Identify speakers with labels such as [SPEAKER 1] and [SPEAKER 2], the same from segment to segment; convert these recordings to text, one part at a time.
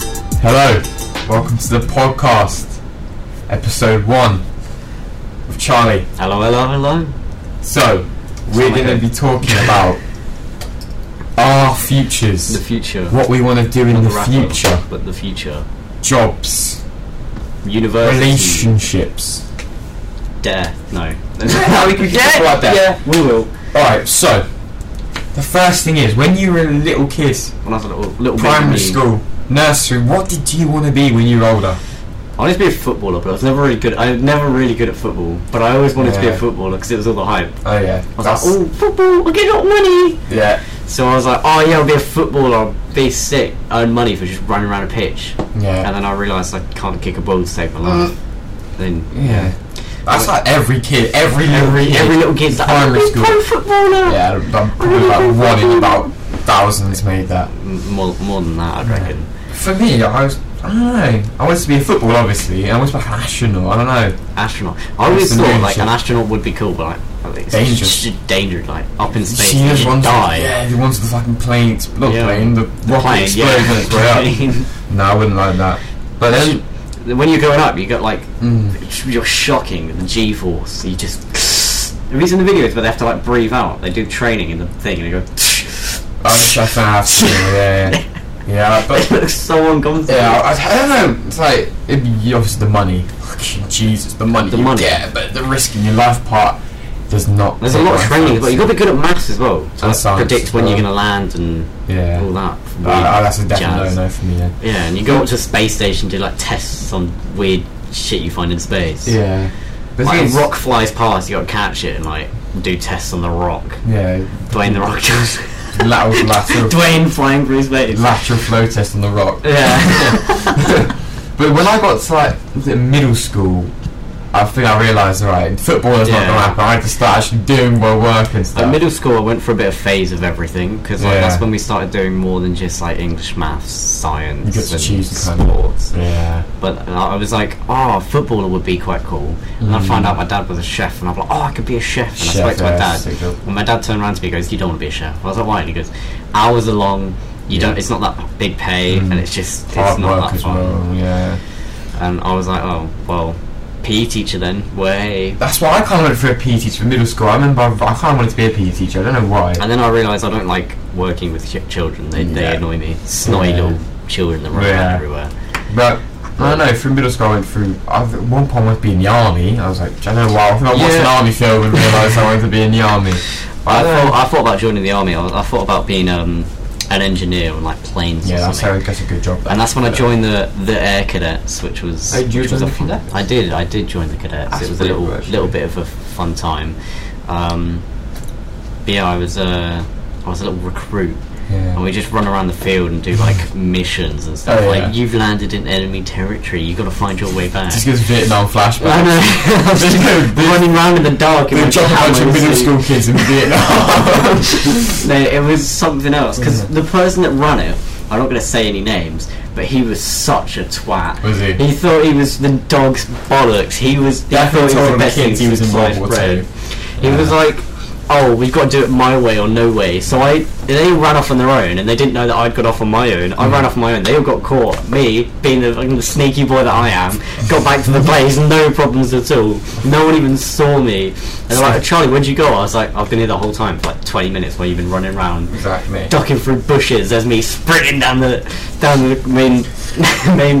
[SPEAKER 1] Hello, welcome to the podcast, episode one with Charlie.
[SPEAKER 2] Hello, hello, hello.
[SPEAKER 1] So, we're
[SPEAKER 2] Sound like
[SPEAKER 1] going to be
[SPEAKER 2] a-
[SPEAKER 1] talking about our
[SPEAKER 2] The
[SPEAKER 1] futures,
[SPEAKER 2] future.
[SPEAKER 1] what we want to do in
[SPEAKER 2] Not
[SPEAKER 1] the
[SPEAKER 2] rapper,
[SPEAKER 1] future,
[SPEAKER 2] But the future.
[SPEAKER 1] jobs,
[SPEAKER 2] University.
[SPEAKER 1] relationships.
[SPEAKER 2] Death. No.
[SPEAKER 1] we can talk about that.
[SPEAKER 2] Yeah, we will.
[SPEAKER 1] Alright, so the first thing is when you were a little kid,
[SPEAKER 2] When I was a little, little
[SPEAKER 1] primary
[SPEAKER 2] baby,
[SPEAKER 1] school, nursery, what did you want to be when you were older?
[SPEAKER 2] I wanted to be a footballer, but I was never really good. I was never really good at football, but I always wanted to be
[SPEAKER 1] Yeah.
[SPEAKER 2] a footballer because it was all the hype. I
[SPEAKER 1] Oh, yeah.
[SPEAKER 2] was like, oh, football! I get up money.
[SPEAKER 1] yeah,
[SPEAKER 2] So I was like, oh yeah, I'll be a footballer. I'll be sick, earn money for just running around a pitch.
[SPEAKER 1] yeah. Mm.
[SPEAKER 2] And then I realised I can't kick a ball to save my life. Then
[SPEAKER 1] Yeah. That's like every kid, every
[SPEAKER 2] every
[SPEAKER 1] little kid.
[SPEAKER 2] every little kid's like, "Oh,
[SPEAKER 1] Primary
[SPEAKER 2] I'm
[SPEAKER 1] school.
[SPEAKER 2] a footballer.
[SPEAKER 1] Yeah, I'm probably about one in about thousands made that.
[SPEAKER 2] M- more, more than that, I'd reckon.
[SPEAKER 1] For me, I was, I don't know. I wanted to be a footballer, obviously. I was to be an astronaut. I don't know.
[SPEAKER 2] Astronaut. I always
[SPEAKER 1] It's
[SPEAKER 2] thought like
[SPEAKER 1] amazing.
[SPEAKER 2] an astronaut would be cool, but like I think it's
[SPEAKER 1] Dangerous.
[SPEAKER 2] just dangerous, like up in space,
[SPEAKER 1] She
[SPEAKER 2] you
[SPEAKER 1] just
[SPEAKER 2] just
[SPEAKER 1] wants
[SPEAKER 2] die.
[SPEAKER 1] Yeah, if you wanted the fucking plane, it's- not
[SPEAKER 2] Yeah.
[SPEAKER 1] plane, the,
[SPEAKER 2] The
[SPEAKER 1] rocket
[SPEAKER 2] plane,
[SPEAKER 1] explosion.
[SPEAKER 2] yeah.
[SPEAKER 1] it's way up. No, I wouldn't like that. But then, Hmm.
[SPEAKER 2] when you're growing up, you got like you're shocking with the G-force. You just have you seen the videos where they have to like breathe out? They do training in the thing and they go.
[SPEAKER 1] I wish I could have to. Yeah, yeah. yeah,
[SPEAKER 2] it
[SPEAKER 1] but
[SPEAKER 2] looks so uncomfortable.
[SPEAKER 1] yeah, I, I don't know. It's like it'd be obviously the money. Fucking Jesus, the money.
[SPEAKER 2] The
[SPEAKER 1] you
[SPEAKER 2] money.
[SPEAKER 1] get, but the risk in your life part does not.
[SPEAKER 2] There's a lot of training, but you got to be good at maths as well. To
[SPEAKER 1] And
[SPEAKER 2] like,
[SPEAKER 1] science as
[SPEAKER 2] predict when you're
[SPEAKER 1] well.
[SPEAKER 2] going to land and
[SPEAKER 1] Yeah.
[SPEAKER 2] all that.
[SPEAKER 1] Uh, uh, that's a definite
[SPEAKER 2] jazz.
[SPEAKER 1] no-no for me then.
[SPEAKER 2] Yeah, and you go up to a space station to do like tests on weird shit you find in space.
[SPEAKER 1] Yeah. The
[SPEAKER 2] Like
[SPEAKER 1] thing
[SPEAKER 2] a
[SPEAKER 1] is-
[SPEAKER 2] rock flies past, you gotta catch it and like do tests on the rock.
[SPEAKER 1] Yeah.
[SPEAKER 2] Dwayne the Rock Johnson.
[SPEAKER 1] Lateral, lateral,
[SPEAKER 2] Dwayne flying through space.
[SPEAKER 1] lateral flow test on the rock.
[SPEAKER 2] yeah.
[SPEAKER 1] But when I got to like was it middle school, I think I realised, right, football is not
[SPEAKER 2] Yeah.
[SPEAKER 1] going to happen. I had to start actually doing my work and stuff.
[SPEAKER 2] At middle school, I went for a bit of phase of everything because like,
[SPEAKER 1] Yeah.
[SPEAKER 2] that's when we started doing more than just like English, maths, science,
[SPEAKER 1] You get to
[SPEAKER 2] and
[SPEAKER 1] choose the kind of-
[SPEAKER 2] sports.
[SPEAKER 1] yeah.
[SPEAKER 2] But I was like, oh, footballer would be quite cool. And I found out my dad was a chef, and I'm like, oh, I could be a chef. And
[SPEAKER 1] Chef,
[SPEAKER 2] I spoke to my
[SPEAKER 1] yeah,
[SPEAKER 2] dad,
[SPEAKER 1] so cool.
[SPEAKER 2] and my dad turned around to me, and goes, you don't want to be a chef. I was like, why? And he goes, hours are long. You don't. It's not that big pay, and it's just it's
[SPEAKER 1] Mm. Hard
[SPEAKER 2] not
[SPEAKER 1] work
[SPEAKER 2] that
[SPEAKER 1] as
[SPEAKER 2] fun.
[SPEAKER 1] well. Yeah.
[SPEAKER 2] And I was like, oh well, PE teacher then way.
[SPEAKER 1] That's why I kind of went for a PE teacher for middle school. I remember I, I kind of wanted to be a PE teacher. I don't know why.
[SPEAKER 2] And then I realised I don't like working with ch- children. They,
[SPEAKER 1] Yeah.
[SPEAKER 2] they annoy me. Snotty
[SPEAKER 1] Yeah.
[SPEAKER 2] little children that run around
[SPEAKER 1] Yeah.
[SPEAKER 2] everywhere.
[SPEAKER 1] But I don't know. Through middle school, I went through. I, at one point, I wanted to be in the army. I was like, I don't know why. I think I watched
[SPEAKER 2] Yeah.
[SPEAKER 1] an army film and realised I wanted to be in the army.
[SPEAKER 2] I
[SPEAKER 1] I don't
[SPEAKER 2] thought
[SPEAKER 1] know.
[SPEAKER 2] I thought about joining the army. I, was, I thought about being um, an engineer on like planes.
[SPEAKER 1] Yeah,
[SPEAKER 2] or
[SPEAKER 1] that's
[SPEAKER 2] something.
[SPEAKER 1] how it gets a good job.
[SPEAKER 2] And that's when I joined the the Air Cadets, which was
[SPEAKER 1] Hey, did you
[SPEAKER 2] which was
[SPEAKER 1] join
[SPEAKER 2] a
[SPEAKER 1] the
[SPEAKER 2] fun.
[SPEAKER 1] cadets?
[SPEAKER 2] I did, I did join the Cadets.
[SPEAKER 1] That's
[SPEAKER 2] it was a
[SPEAKER 1] pretty
[SPEAKER 2] little
[SPEAKER 1] good, actually.
[SPEAKER 2] little bit of a fun time. Um, but yeah, I was uh, I was a little recruit, and
[SPEAKER 1] Yeah.
[SPEAKER 2] we just run around the field and do like missions and stuff.
[SPEAKER 1] Oh, yeah.
[SPEAKER 2] Like you've landed in enemy territory, you got to find your way back.
[SPEAKER 1] Just gives Vietnam
[SPEAKER 2] I
[SPEAKER 1] flashbacks.
[SPEAKER 2] know. I was just running around in the dark. in
[SPEAKER 1] They
[SPEAKER 2] my
[SPEAKER 1] drop a bunch of
[SPEAKER 2] pajamas
[SPEAKER 1] middle
[SPEAKER 2] and-
[SPEAKER 1] school kids in Vietnam.
[SPEAKER 2] no, it was something else because
[SPEAKER 1] Yeah.
[SPEAKER 2] the person that ran it, I'm not going to say any names, but he was such a twat.
[SPEAKER 1] Was he?
[SPEAKER 2] He thought he was the dog's bollocks. He was. He
[SPEAKER 1] That
[SPEAKER 2] thought he
[SPEAKER 1] told him
[SPEAKER 2] was the best thing
[SPEAKER 1] kids he was
[SPEAKER 2] since
[SPEAKER 1] in World
[SPEAKER 2] sliced
[SPEAKER 1] War
[SPEAKER 2] bread.
[SPEAKER 1] Two.
[SPEAKER 2] He was
[SPEAKER 1] Yeah.
[SPEAKER 2] like, "Oh, we've got to do it my way or no way." So I, they ran off on their own, and they didn't know that I'd got off on my own.
[SPEAKER 1] Mm.
[SPEAKER 2] I ran off on my own. They all got caught. Me, being the, fucking sneaky boy that I am, got back to the place, no problems at all. No one even saw me. And they're like, "Charlie, where'd you go?" I was like, "I've been here the whole time for like 20 minutes while you've been running around."
[SPEAKER 1] Exactly.
[SPEAKER 2] Ducking through bushes, there's me sprinting down the down the main main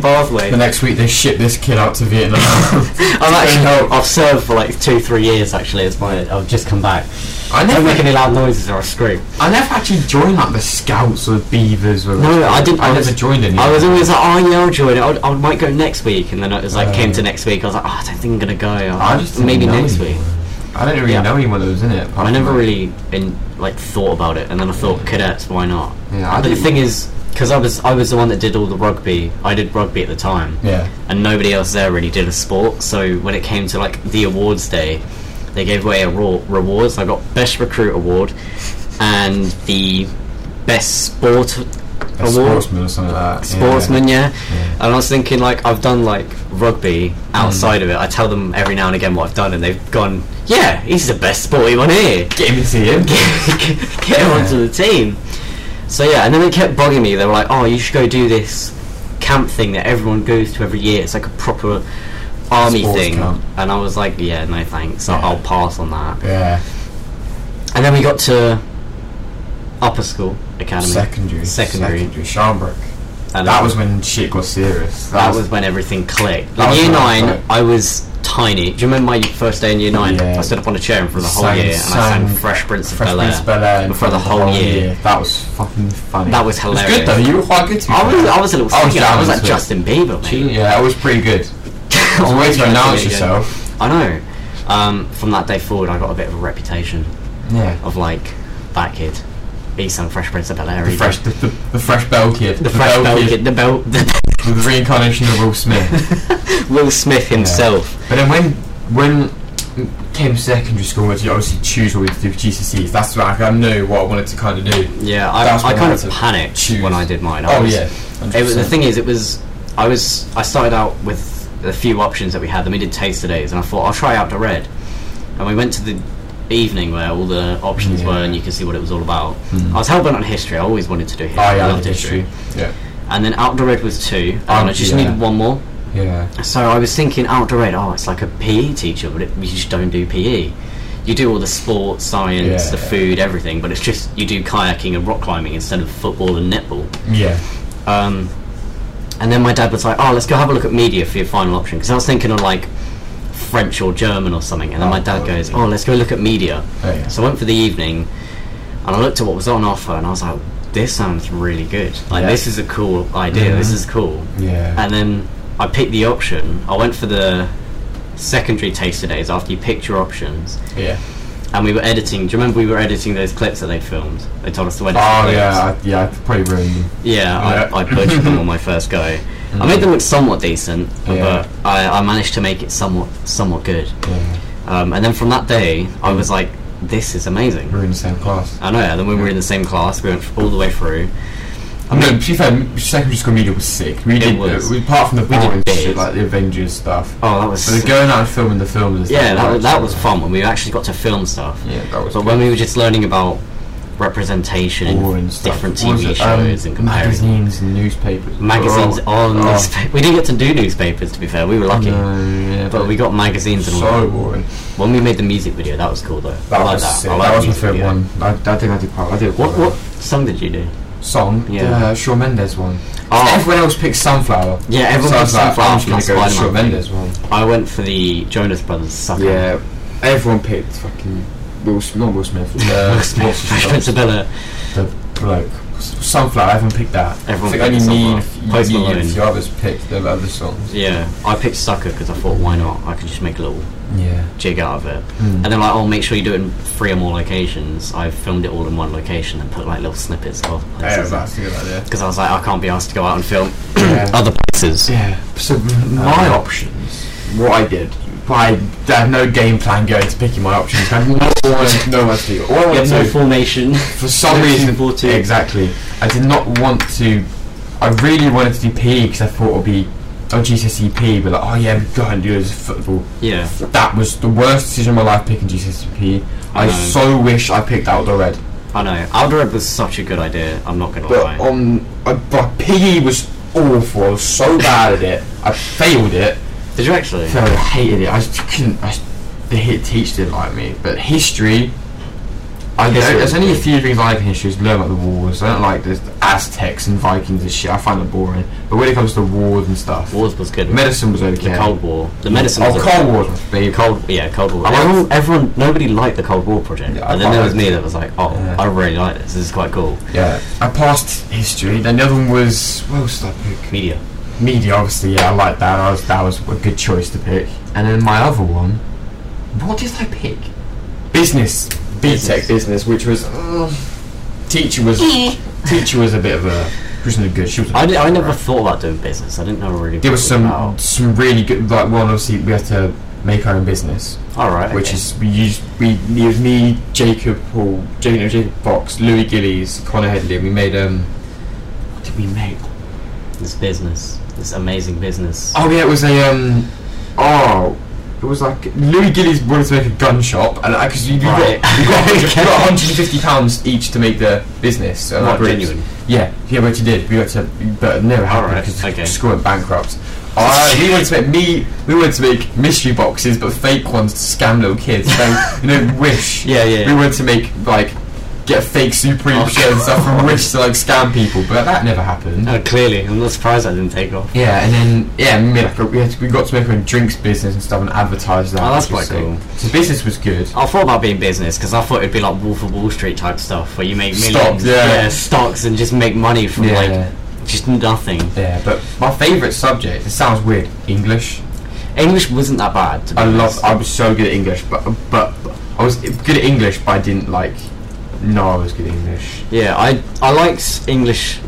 [SPEAKER 2] pathway.
[SPEAKER 1] The next week they ship this kid out to Vietnam.
[SPEAKER 2] I'm
[SPEAKER 1] help.
[SPEAKER 2] actually, I've served for like two, three years actually. It's my, I've just come back.
[SPEAKER 1] I
[SPEAKER 2] Don't make
[SPEAKER 1] never,
[SPEAKER 2] any loud noises or I scream.
[SPEAKER 1] I never actually joined like the Scouts or the Beavers. Or
[SPEAKER 2] No, I didn't.
[SPEAKER 1] I,
[SPEAKER 2] was-
[SPEAKER 1] never joined any.
[SPEAKER 2] I
[SPEAKER 1] of
[SPEAKER 2] was
[SPEAKER 1] them.
[SPEAKER 2] always like, oh yeah, I'll join it. I'll, I might go next week, and then it was like
[SPEAKER 1] Oh.
[SPEAKER 2] came to next week. I was like, oh, I don't think I'm gonna go.
[SPEAKER 1] I just didn't
[SPEAKER 2] maybe
[SPEAKER 1] know
[SPEAKER 2] next
[SPEAKER 1] anyone.
[SPEAKER 2] week.
[SPEAKER 1] I didn't really
[SPEAKER 2] Yeah.
[SPEAKER 1] know anyone that was in it. apart
[SPEAKER 2] I never
[SPEAKER 1] from-
[SPEAKER 2] really in, like thought about it, and then I thought cadets, why not?
[SPEAKER 1] Yeah, I
[SPEAKER 2] but the
[SPEAKER 1] didn't-
[SPEAKER 2] thing is, because I was I was the one that did all the rugby. I did rugby at the time,
[SPEAKER 1] Yeah.
[SPEAKER 2] and nobody else there really did a sport. So when it came to like the awards day, they gave away a raw rewards. I got best recruit award and the best sport
[SPEAKER 1] A
[SPEAKER 2] award
[SPEAKER 1] sportsman or something like that. yeah.
[SPEAKER 2] sportsman, yeah.
[SPEAKER 1] Yeah.
[SPEAKER 2] And I was thinking, like, I've done like rugby
[SPEAKER 1] Mm.
[SPEAKER 2] outside of it. I tell them every now and again what I've done, and they've gone, "Yeah, he's the best sporty one here.
[SPEAKER 1] Get him into him.
[SPEAKER 2] Get get him
[SPEAKER 1] Yeah.
[SPEAKER 2] onto the team." So yeah, and then they kept bugging me. They were like, "Oh, you should go do this camp thing that everyone goes to every year. It's like a proper army
[SPEAKER 1] Sports
[SPEAKER 2] thing.
[SPEAKER 1] camp.
[SPEAKER 2] And I was like, yeah, no thanks. I'll- I'll pass on that.
[SPEAKER 1] Yeah.
[SPEAKER 2] And then we got to upper school academy.
[SPEAKER 1] Secondary.
[SPEAKER 2] Secondary.
[SPEAKER 1] Sharnbrook.
[SPEAKER 2] And
[SPEAKER 1] That was when shit got serious.
[SPEAKER 2] that was when everything clicked.
[SPEAKER 1] That
[SPEAKER 2] Like
[SPEAKER 1] was
[SPEAKER 2] year
[SPEAKER 1] when I
[SPEAKER 2] nine,
[SPEAKER 1] was like-
[SPEAKER 2] I was tiny. Do you remember my first day in year nine?
[SPEAKER 1] Yeah.
[SPEAKER 2] I stood up on a chair in front of the whole
[SPEAKER 1] Sang-
[SPEAKER 2] year and I sang
[SPEAKER 1] sang
[SPEAKER 2] Fresh Prince of
[SPEAKER 1] Fresh
[SPEAKER 2] Bel
[SPEAKER 1] Prince of
[SPEAKER 2] Air.
[SPEAKER 1] Bel-Air in
[SPEAKER 2] for the
[SPEAKER 1] front of
[SPEAKER 2] whole year.
[SPEAKER 1] That was fucking funny.
[SPEAKER 2] That was
[SPEAKER 1] It
[SPEAKER 2] hilarious.
[SPEAKER 1] good though. You were quite good. To be
[SPEAKER 2] I was,
[SPEAKER 1] fair.
[SPEAKER 2] I was a little
[SPEAKER 1] I was
[SPEAKER 2] singer. I was
[SPEAKER 1] down
[SPEAKER 2] like
[SPEAKER 1] to it.
[SPEAKER 2] Justin Bieber, mate.
[SPEAKER 1] Yeah, that was pretty good. It's a way to announce yourself.
[SPEAKER 2] I know. Um, from that day forward, I got a bit of a reputation
[SPEAKER 1] Yeah.
[SPEAKER 2] of like that kid. He sang Fresh Prince of Bel Air.
[SPEAKER 1] The fresh, the, the, the fresh bell kid.
[SPEAKER 2] the, Fresh Bel kid, the Bel, the
[SPEAKER 1] The reincarnation of Will Smith.
[SPEAKER 2] Will Smith himself.
[SPEAKER 1] But then when when it came to secondary school, where you obviously choose what we do with GCSEs, E. that's where I kind of knew what I wanted to kind of do.
[SPEAKER 2] Yeah,
[SPEAKER 1] That's
[SPEAKER 2] I, I
[SPEAKER 1] when I
[SPEAKER 2] kind
[SPEAKER 1] had
[SPEAKER 2] of
[SPEAKER 1] to
[SPEAKER 2] panicked
[SPEAKER 1] choose.
[SPEAKER 2] when I did mine. I
[SPEAKER 1] Oh
[SPEAKER 2] was-
[SPEAKER 1] yeah.
[SPEAKER 2] It was, the
[SPEAKER 1] 100%.
[SPEAKER 2] thing is, it was I was I started out with a few options that we had. Then we did taster days, and I thought I'll try out to red. And we went to the evening where all the options
[SPEAKER 1] Yeah.
[SPEAKER 2] were, and you could see what it was all about.
[SPEAKER 1] Mm.
[SPEAKER 2] I was hell bent on history. I always wanted to do history.
[SPEAKER 1] Oh
[SPEAKER 2] I
[SPEAKER 1] yeah,
[SPEAKER 2] loved history.
[SPEAKER 1] Yeah.
[SPEAKER 2] And then out to red was two, and
[SPEAKER 1] Um,
[SPEAKER 2] I just
[SPEAKER 1] yeah.
[SPEAKER 2] needed one more.
[SPEAKER 1] Yeah.
[SPEAKER 2] So I was thinking out to red. Oh, it's like a PE teacher, but it, you just don't do PE. You do all the sports, science,
[SPEAKER 1] Yeah.
[SPEAKER 2] the food, everything, but it's just you do kayaking and rock climbing instead of football and netball.
[SPEAKER 1] Yeah.
[SPEAKER 2] Um, and then my dad was like, "Oh, let's go have a look at media for your final option," because I was thinking of like French or German or something. And then my
[SPEAKER 1] Oh,
[SPEAKER 2] dad
[SPEAKER 1] God.
[SPEAKER 2] goes, "Oh, let's go look at media."
[SPEAKER 1] Oh, yeah.
[SPEAKER 2] So I went for the evening, and I looked at what was on offer, and I was like, "This sounds really good. Like,
[SPEAKER 1] Yeah.
[SPEAKER 2] this is a cool idea. This
[SPEAKER 1] Mhm.
[SPEAKER 2] is cool."
[SPEAKER 1] Yeah.
[SPEAKER 2] And then I picked the option. I went for the secondary taster days after you picked your options,
[SPEAKER 1] yeah.
[SPEAKER 2] and we were editing. Do you remember we were editing those clips that they filmed? They told us to edit. the
[SPEAKER 1] Oh
[SPEAKER 2] clips.
[SPEAKER 1] yeah. I, yeah. I probably ruined them.
[SPEAKER 2] Yeah,
[SPEAKER 1] Yeah.
[SPEAKER 2] I, I butchered them on my first go. I made them look somewhat decent,
[SPEAKER 1] Yeah.
[SPEAKER 2] but I, I managed to make it somewhat somewhat good.
[SPEAKER 1] Yeah.
[SPEAKER 2] Um, and then from that day, I was like, "This is amazing."
[SPEAKER 1] We were in the same class.
[SPEAKER 2] I know. And then we were in the same class. We went f- all the way through.
[SPEAKER 1] I mean, to be fair, secondary school media was sick. We did,
[SPEAKER 2] was.
[SPEAKER 1] we, apart from the
[SPEAKER 2] did
[SPEAKER 1] boring
[SPEAKER 2] bits.
[SPEAKER 1] shit, like the Avengers stuff.
[SPEAKER 2] Oh, that was
[SPEAKER 1] But the going out and filming the films. and
[SPEAKER 2] yeah.
[SPEAKER 1] stuff,
[SPEAKER 2] That, was- that was fun when we actually got to film stuff.
[SPEAKER 1] Yeah, that was.
[SPEAKER 2] But when we were just learning about representation in
[SPEAKER 1] boring stuff.
[SPEAKER 2] different
[SPEAKER 1] What was
[SPEAKER 2] TV
[SPEAKER 1] it? Um,
[SPEAKER 2] shows and comparison.
[SPEAKER 1] magazines and newspapers.
[SPEAKER 2] Magazines
[SPEAKER 1] Oh,
[SPEAKER 2] on
[SPEAKER 1] oh,
[SPEAKER 2] newspa- we didn't get to do newspapers to be fair we were lucky
[SPEAKER 1] No, yeah,
[SPEAKER 2] but we got magazines and all that.
[SPEAKER 1] so boring.
[SPEAKER 2] When we made the music video, that was cool though.
[SPEAKER 1] That
[SPEAKER 2] I like
[SPEAKER 1] was
[SPEAKER 2] that.
[SPEAKER 1] sick.
[SPEAKER 2] I
[SPEAKER 1] That,
[SPEAKER 2] like
[SPEAKER 1] was my
[SPEAKER 2] music
[SPEAKER 1] favorite
[SPEAKER 2] video.
[SPEAKER 1] one. I, I think I did quite. I did
[SPEAKER 2] What
[SPEAKER 1] quite
[SPEAKER 2] what
[SPEAKER 1] well.
[SPEAKER 2] song did you do?
[SPEAKER 1] song?
[SPEAKER 2] Yeah.
[SPEAKER 1] uh, Shawn Mendes one.
[SPEAKER 2] Oh.
[SPEAKER 1] Everyone else picked Sunflower.
[SPEAKER 2] Yeah, everyone
[SPEAKER 1] so I was like,
[SPEAKER 2] picked Sunflower,
[SPEAKER 1] I'm just gonna
[SPEAKER 2] not
[SPEAKER 1] go with Shawn
[SPEAKER 2] Spider-Man.
[SPEAKER 1] Mendes one.
[SPEAKER 2] I went for the Jonas Brothers sucker.
[SPEAKER 1] Yeah, everyone picked fucking Will Smith. Not Will Smith. Uh,
[SPEAKER 2] Will Smith,
[SPEAKER 1] what's his
[SPEAKER 2] Fresh
[SPEAKER 1] name?
[SPEAKER 2] Prince of Bel-Air.
[SPEAKER 1] the bloke. Sunflower, everyone picked that.
[SPEAKER 2] Everyone
[SPEAKER 1] I
[SPEAKER 2] picked
[SPEAKER 1] think only me
[SPEAKER 2] Sunflower.
[SPEAKER 1] and
[SPEAKER 2] Post
[SPEAKER 1] you- you and
[SPEAKER 2] Malone.
[SPEAKER 1] a few others picked the other songs.
[SPEAKER 2] Yeah, I picked Sucker because I thought, why not? I could just make a little
[SPEAKER 1] Yeah.
[SPEAKER 2] jig out of it.
[SPEAKER 1] Mm.
[SPEAKER 2] And then like, oh, make sure you do it in three or more locations. I filmed it all in one location and put like little snippets of.
[SPEAKER 1] Yeah, that's a good idea.
[SPEAKER 2] Because I was like, I can't be asked to go out and film
[SPEAKER 1] Yeah.
[SPEAKER 2] other places.
[SPEAKER 1] Yeah. So my options, what I did, I had no game plan going to picking my options. I had no one, no one to do. All I
[SPEAKER 2] You
[SPEAKER 1] wanted
[SPEAKER 2] have
[SPEAKER 1] to
[SPEAKER 2] no
[SPEAKER 1] do-
[SPEAKER 2] formation.
[SPEAKER 1] for some
[SPEAKER 2] Looking
[SPEAKER 1] reason,
[SPEAKER 2] forward to-
[SPEAKER 1] exactly. I did not want to. I really wanted to do PE because I thought it would be oh GCSE PE, but like oh yeah, go and do this football.
[SPEAKER 2] yeah.
[SPEAKER 1] That was the worst decision of my life picking GCSE PE. E I,
[SPEAKER 2] I know.
[SPEAKER 1] so wish I picked outdoor red,
[SPEAKER 2] I know. Alderab was such a good idea. I'm not gonna
[SPEAKER 1] but
[SPEAKER 2] lie.
[SPEAKER 1] on I, but PE was awful. I was so bad at it. I failed it.
[SPEAKER 2] Did you actually?
[SPEAKER 1] I hated it. I just couldn't. I, the hit teacher didn't like me. But history, I
[SPEAKER 2] History
[SPEAKER 1] there's
[SPEAKER 2] was
[SPEAKER 1] only a
[SPEAKER 2] good.
[SPEAKER 1] few things I like in history. Is learn about the wars. I don't like the Aztecs and Vikings and shit. I find it boring. But when it comes to wars and stuff,
[SPEAKER 2] Wars was good.
[SPEAKER 1] medicine was okay.
[SPEAKER 2] The Cold War. The medicine.
[SPEAKER 1] Oh,
[SPEAKER 2] was a-
[SPEAKER 1] Cold War was my favourite.
[SPEAKER 2] Cold. Yeah, Cold War.
[SPEAKER 1] I like-
[SPEAKER 2] Everyone, everyone, nobody liked the Cold War project,
[SPEAKER 1] Yeah, I
[SPEAKER 2] and then there
[SPEAKER 1] quite
[SPEAKER 2] was me
[SPEAKER 1] liked it.
[SPEAKER 2] that was like, oh,
[SPEAKER 1] Yeah.
[SPEAKER 2] I really like this. This is quite cool.
[SPEAKER 1] Yeah, I passed history. Then the other one was what else did I pick?
[SPEAKER 2] Media.
[SPEAKER 1] Media, obviously. Yeah, I like that. That was, that was a good choice to pick. And then my other one, what did I pick? Business,
[SPEAKER 2] Business.
[SPEAKER 1] BTEC business, which was uh, teacher was teacher was a bit of a she wasn't good. She was. a
[SPEAKER 2] I, Oh. did,
[SPEAKER 1] bit of
[SPEAKER 2] I
[SPEAKER 1] a-
[SPEAKER 2] never thought about doing business. I didn't know really.
[SPEAKER 1] There was
[SPEAKER 2] what it
[SPEAKER 1] some
[SPEAKER 2] about.
[SPEAKER 1] some really good. Like one, obviously, we had to make our own business,
[SPEAKER 2] All right.
[SPEAKER 1] which
[SPEAKER 2] okay.
[SPEAKER 1] is we used we it was me, Jacob Paul, Jacob, no, Jacob Fox, Louis Gillies, Connor Headley. We made um. What did we make?
[SPEAKER 2] this business, this amazing business.
[SPEAKER 1] Oh yeah, it was a um. Oh, it was like Louis Gillies wanted to make a gun shop, and because you, you
[SPEAKER 2] Right.
[SPEAKER 1] got you got, 100 you got
[SPEAKER 2] Okay.
[SPEAKER 1] 150 pounds each to make the business. So
[SPEAKER 2] Not
[SPEAKER 1] like, we-
[SPEAKER 2] genuine.
[SPEAKER 1] Yeah, yeah, which you did. We got to, but it never happened
[SPEAKER 2] Alright,
[SPEAKER 1] because
[SPEAKER 2] okay.
[SPEAKER 1] school went bankrupt. Uh, we wanted to make me. We wanted to make mystery boxes, but fake ones to scam little kids. So, you know, wish.
[SPEAKER 2] Yeah, yeah.
[SPEAKER 1] We wanted to make like get fake Supreme
[SPEAKER 2] Oh,
[SPEAKER 1] shirts and stuff from Wish to like scam people, but that never happened.
[SPEAKER 2] Oh, clearly, I'm not surprised I didn't take off.
[SPEAKER 1] Yeah, and then yeah, we, made like a, we, had to- we got to make a drinks business and stuff and advertise that.
[SPEAKER 2] Oh, that's
[SPEAKER 1] which was
[SPEAKER 2] quite
[SPEAKER 1] sick.
[SPEAKER 2] cool.
[SPEAKER 1] So the business was good.
[SPEAKER 2] I thought about being business because I thought it'd be like Wolf of Wall Street type stuff where you make
[SPEAKER 1] Stocks,
[SPEAKER 2] millions,
[SPEAKER 1] yeah.
[SPEAKER 2] stocks, and just make money from
[SPEAKER 1] Yeah.
[SPEAKER 2] like just nothing.
[SPEAKER 1] Yeah, but my favourite subject. It sounds weird. English.
[SPEAKER 2] English wasn't that bad. To be
[SPEAKER 1] I
[SPEAKER 2] honest.
[SPEAKER 1] love. I was so good at English, but but I was good at English, but I didn't like. No, I was good at English.
[SPEAKER 2] Yeah, I I liked English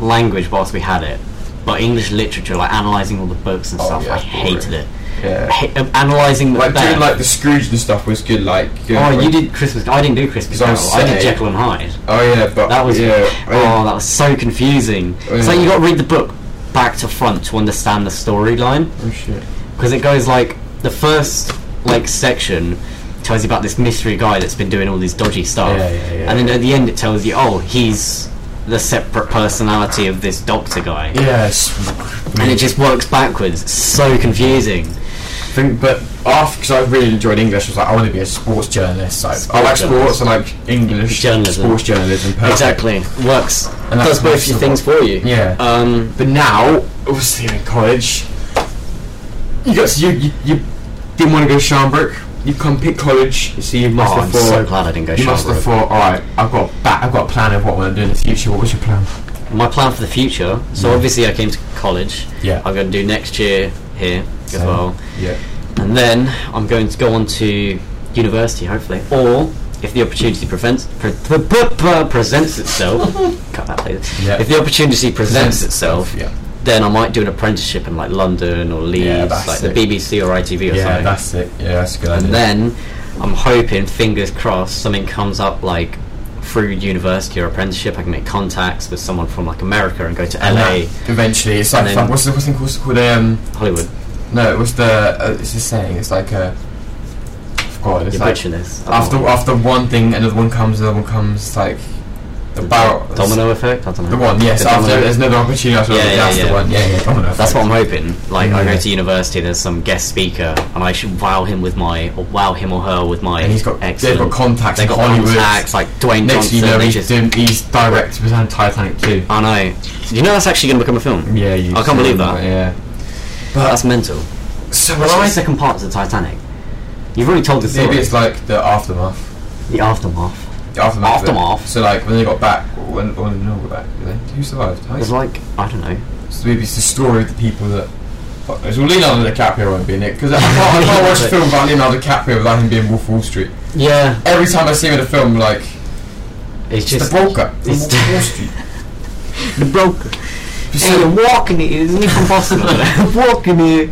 [SPEAKER 2] language whilst we had it, but English literature, like analysing all the books and
[SPEAKER 1] Oh,
[SPEAKER 2] stuff,
[SPEAKER 1] yeah,
[SPEAKER 2] I
[SPEAKER 1] it's
[SPEAKER 2] hated
[SPEAKER 1] boring.
[SPEAKER 2] it.
[SPEAKER 1] Yeah.
[SPEAKER 2] Ha- um, analysing the
[SPEAKER 1] Like
[SPEAKER 2] bear.
[SPEAKER 1] doing like the Scrooge and stuff was good. Like
[SPEAKER 2] oh, you did Christmas. I didn't do Christmas
[SPEAKER 1] Because I
[SPEAKER 2] Carol.
[SPEAKER 1] was
[SPEAKER 2] I did
[SPEAKER 1] sick.
[SPEAKER 2] Jekyll and Hyde.
[SPEAKER 1] Oh yeah, but
[SPEAKER 2] That was
[SPEAKER 1] yeah.
[SPEAKER 2] oh, that was so confusing. It's
[SPEAKER 1] Yeah.
[SPEAKER 2] like you got to read the book back to front to understand the storyline
[SPEAKER 1] oh shit.
[SPEAKER 2] because it goes like the first like section tells you about this mystery guy that's been doing all these dodgy stuff,
[SPEAKER 1] Yeah, yeah, yeah.
[SPEAKER 2] and then at the end it tells you, oh, he's the separate personality of this doctor guy,
[SPEAKER 1] Yes.
[SPEAKER 2] and it just works backwards. It's so confusing.
[SPEAKER 1] think, but after because I really enjoyed English, I was like, I want to be a sports journalist. Like, I like
[SPEAKER 2] Sports
[SPEAKER 1] sports and like English
[SPEAKER 2] Journalism.
[SPEAKER 1] sports journalism. Perfect.
[SPEAKER 2] Exactly, works
[SPEAKER 1] And that's
[SPEAKER 2] does both your
[SPEAKER 1] possible.
[SPEAKER 2] things for you.
[SPEAKER 1] Yeah.
[SPEAKER 2] Um,
[SPEAKER 1] but now, obviously, you're in college, you got so you, you you didn't want to go to Schaumburg. You come pick college. You see, you must
[SPEAKER 2] oh,
[SPEAKER 1] have
[SPEAKER 2] I'm
[SPEAKER 1] thought.
[SPEAKER 2] so glad I didn't go.
[SPEAKER 1] you must
[SPEAKER 2] Charlotte
[SPEAKER 1] have thought. All right, I've got a ba- I've got a plan of what I want to do in the future. What was your plan?
[SPEAKER 2] my plan for the future. So obviously I came to college.
[SPEAKER 1] Yeah.
[SPEAKER 2] I'm going to do next year here as
[SPEAKER 1] Same.
[SPEAKER 2] well,
[SPEAKER 1] Yeah.
[SPEAKER 2] and then I'm going to go on to university hopefully, or if the opportunity prevents, pre- pre- pre- pre- presents itself, cut that please.
[SPEAKER 1] Yeah.
[SPEAKER 2] If the opportunity presents itself,
[SPEAKER 1] Yeah.
[SPEAKER 2] then I might do an apprenticeship in like London or Leeds,
[SPEAKER 1] that's
[SPEAKER 2] like
[SPEAKER 1] it.
[SPEAKER 2] the BBC or ITV or
[SPEAKER 1] Yeah,
[SPEAKER 2] something.
[SPEAKER 1] that's it. Yeah, that's a good idea.
[SPEAKER 2] And then I'm hoping, fingers crossed, something comes up like through university or apprenticeship. I can make contacts with someone from like America and go to
[SPEAKER 1] And
[SPEAKER 2] LA,
[SPEAKER 1] that Eventually, it's like
[SPEAKER 2] And
[SPEAKER 1] fuck,
[SPEAKER 2] then-
[SPEAKER 1] what's the what's the what's it called um.
[SPEAKER 2] Hollywood.
[SPEAKER 1] No, it was the. Uh, it's just saying. It's like a. God, it's
[SPEAKER 2] You're
[SPEAKER 1] like
[SPEAKER 2] butchering this. I
[SPEAKER 1] after
[SPEAKER 2] don't know.
[SPEAKER 1] after one thing, another one comes, another one comes. it's Like the barrel.
[SPEAKER 2] domino effect. I don't know.
[SPEAKER 1] The one, yes.
[SPEAKER 2] The
[SPEAKER 1] after
[SPEAKER 2] domino-
[SPEAKER 1] there's another opportunity. After
[SPEAKER 2] Yeah,
[SPEAKER 1] yeah,
[SPEAKER 2] yeah,
[SPEAKER 1] that's the
[SPEAKER 2] yeah.
[SPEAKER 1] one. Yeah, yeah. Domino.
[SPEAKER 2] That's what I'm
[SPEAKER 1] effect.
[SPEAKER 2] hoping. Like I
[SPEAKER 1] Yeah.
[SPEAKER 2] go to university, there's some guest speaker, and I should wow him with my, or wow him or her with my.
[SPEAKER 1] And he's got.
[SPEAKER 2] excellent.
[SPEAKER 1] They've got contacts
[SPEAKER 2] They've
[SPEAKER 1] in
[SPEAKER 2] got
[SPEAKER 1] Hollywood.
[SPEAKER 2] contacts like Dwayne
[SPEAKER 1] Next
[SPEAKER 2] Johnson.
[SPEAKER 1] thing you know,
[SPEAKER 2] they
[SPEAKER 1] he's,
[SPEAKER 2] just-
[SPEAKER 1] doing, he's directed behind Titanic too.
[SPEAKER 2] I know. You know that's actually going to become a film.
[SPEAKER 1] Yeah, you.
[SPEAKER 2] I can't believe that.
[SPEAKER 1] Yeah.
[SPEAKER 2] That's mental.
[SPEAKER 1] So when
[SPEAKER 2] That's the
[SPEAKER 1] I
[SPEAKER 2] second part of the Titanic. You've already told the story.
[SPEAKER 1] maybe it's like the aftermath.
[SPEAKER 2] the aftermath.
[SPEAKER 1] The aftermath. of it.
[SPEAKER 2] Aftermath.
[SPEAKER 1] So like when they got back, when when they all got back, did they? who survived? Titanic?
[SPEAKER 2] It's like I don't know.
[SPEAKER 1] So maybe it's the story of the people that. Fuck knows. Well, Leonardo DiCaprio won't be in it because I can't, I can't watch a film about Leonardo DiCaprio without him being Wolf of Wall Street.
[SPEAKER 2] Yeah,
[SPEAKER 1] Every time I see him in a film, like
[SPEAKER 2] it's
[SPEAKER 1] it's
[SPEAKER 2] just
[SPEAKER 1] the broker from
[SPEAKER 2] it's
[SPEAKER 1] Wolf of Wall Street.
[SPEAKER 2] the broker.
[SPEAKER 1] Just
[SPEAKER 2] Hey,
[SPEAKER 1] so-
[SPEAKER 2] you're walking it, isn't it from Boston? walking it.